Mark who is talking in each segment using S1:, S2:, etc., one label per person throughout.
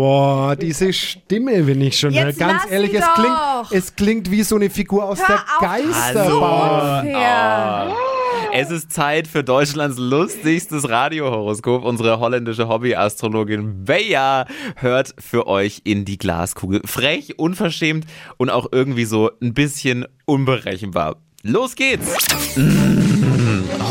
S1: Boah, diese Stimme will ich schon hören.
S2: Jetzt
S1: Ganz
S2: lass
S1: ehrlich,
S2: sie
S1: es klingt,
S2: doch.
S1: es klingt wie so eine Figur aus der
S2: auf,
S1: Geisterbahn.
S2: unfair.
S3: Es ist Zeit für Deutschlands lustigstes Radiohoroskop. Unsere holländische Hobbyastrologin Bea hört für euch in die Glaskugel. Frech, unverschämt und auch irgendwie so ein bisschen unberechenbar. Los geht's!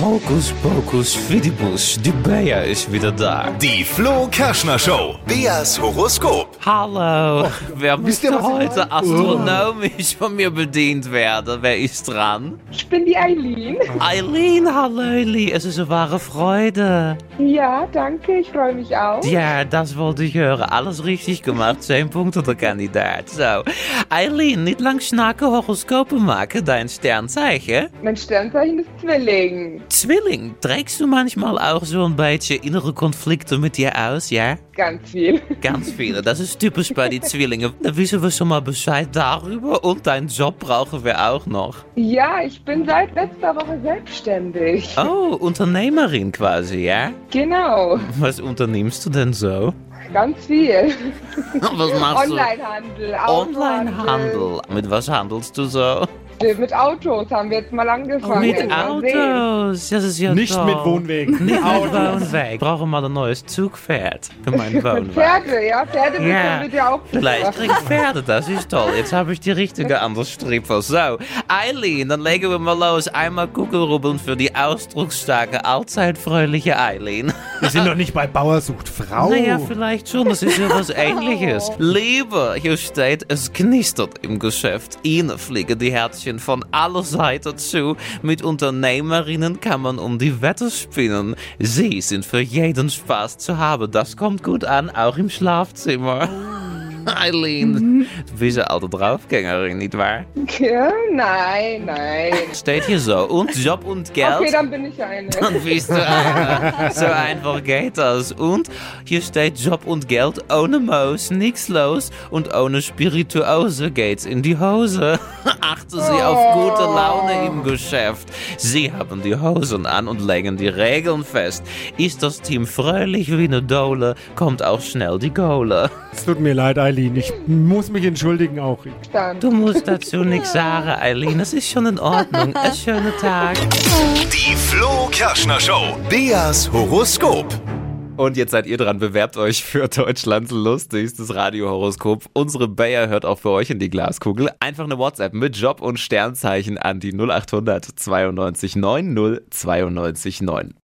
S3: Hokus pokus Mm. fidibus, die Bea ist wieder da.
S4: Die Flo Kerschner Show. Beas Horoskop.
S3: Hallo, wer
S1: ihr,
S3: müsste
S1: was ich
S3: heute astronomisch von mir bedient werden? Wer ist dran?
S5: Ich bin die Eileen.
S3: Eileen, hallöli, es ist eine wahre Freude.
S5: Ja, danke, ich freue mich auch.
S3: Ja, das wollte ich hören. Alles richtig gemacht. Zehn Punkte, der Kandidat. So. Eileen, nicht lang schnacken, Horoskopen maken. Dein Sternzeichen.
S5: Mein Sternzeichen ist Zwilling.
S3: Zwilling, trägst du manchmal auch so ein bisschen innere Konflikte mit dir aus, ja?
S5: Ganz viel.
S3: Ganz viele. Das ist typisch bei den Zwillingen. Da wissen wir schon mal Bescheid darüber. Und deinen Job brauchen wir auch noch.
S5: Ja, ich bin seit letzter Woche selbstständig.
S3: Oh, Unternehmerin quasi, ja?
S5: Genau,
S3: Was unternimmst du denn so?
S5: ganz viel.
S3: Was machst du?
S5: Onlinehandel,
S3: Onlinehandel. Mit was handelst du so?
S5: Autohandel. Mit Autos haben wir jetzt mal angefangen.
S3: Mit
S5: Mal sehen.
S3: Autos, das ist ja
S1: Nicht
S3: toll.
S1: mit Wohnwegen.
S3: Nicht mit Wohnweg. Brauchen wir ein neues Zugpferd für meinen
S5: Mit
S3: Wohnwagen.
S5: Pferde, ja, Pferde
S3: Ja.
S5: wird ja auch
S3: Vielleicht krieg ich Pferde, das ist toll. Jetzt habe ich die richtige andere Strippe. So, Eileen, dann legen wir mal los. Einmal Kugelrubbeln für die ausdrucksstarke, allzeit fröhliche Eileen.
S1: Wir sind doch nicht bei Bauer sucht Frau.
S3: Naja, Nou vielleicht schon, das ist ja was ähnliches. Liebe, hier steht, es knistert im Geschäft. Ihnen fliegen die Herzchen von aller Seiten zu. Mit Unternehmerinnen kann man um die Wette spinnen. Sie sind für jeden Spaß zu haben. Das kommt gut an, auch im Schlafzimmer. Eileen, du bist ja alte Draufgängerin, nicht wahr?
S5: Ja, nein, nein.
S3: Steht hier so. Und Job und Geld.
S5: Okay, dann bin ich eine.
S3: Dann bist du einer. So einfach geht das. Und hier steht Job und Geld ohne Maus, nix los und ohne Spirituose geht's in die Hose. Achten Sie auf gute Laune im Geschäft. Sie haben die Hosen an und legen die Regeln fest. Ist das Team fröhlich wie eine Dole, kommt auch schnell die Kohle.
S1: Es tut mir leid, Eileen. Ich muss mich entschuldigen auch.
S5: Dann.
S3: Du musst dazu nichts sagen, Eileen. Es ist schon in Ordnung. Einen schönen Tag.
S4: Die Flo Kerschner Show. Beas Horoskop.
S3: Und jetzt seid ihr dran, bewerbt euch für Deutschlands lustigstes Radiohoroskop. Unsere Bayer hört auch für euch in die Glaskugel. Einfach eine WhatsApp mit Job und Sternzeichen an die 0800 92 90 92 9.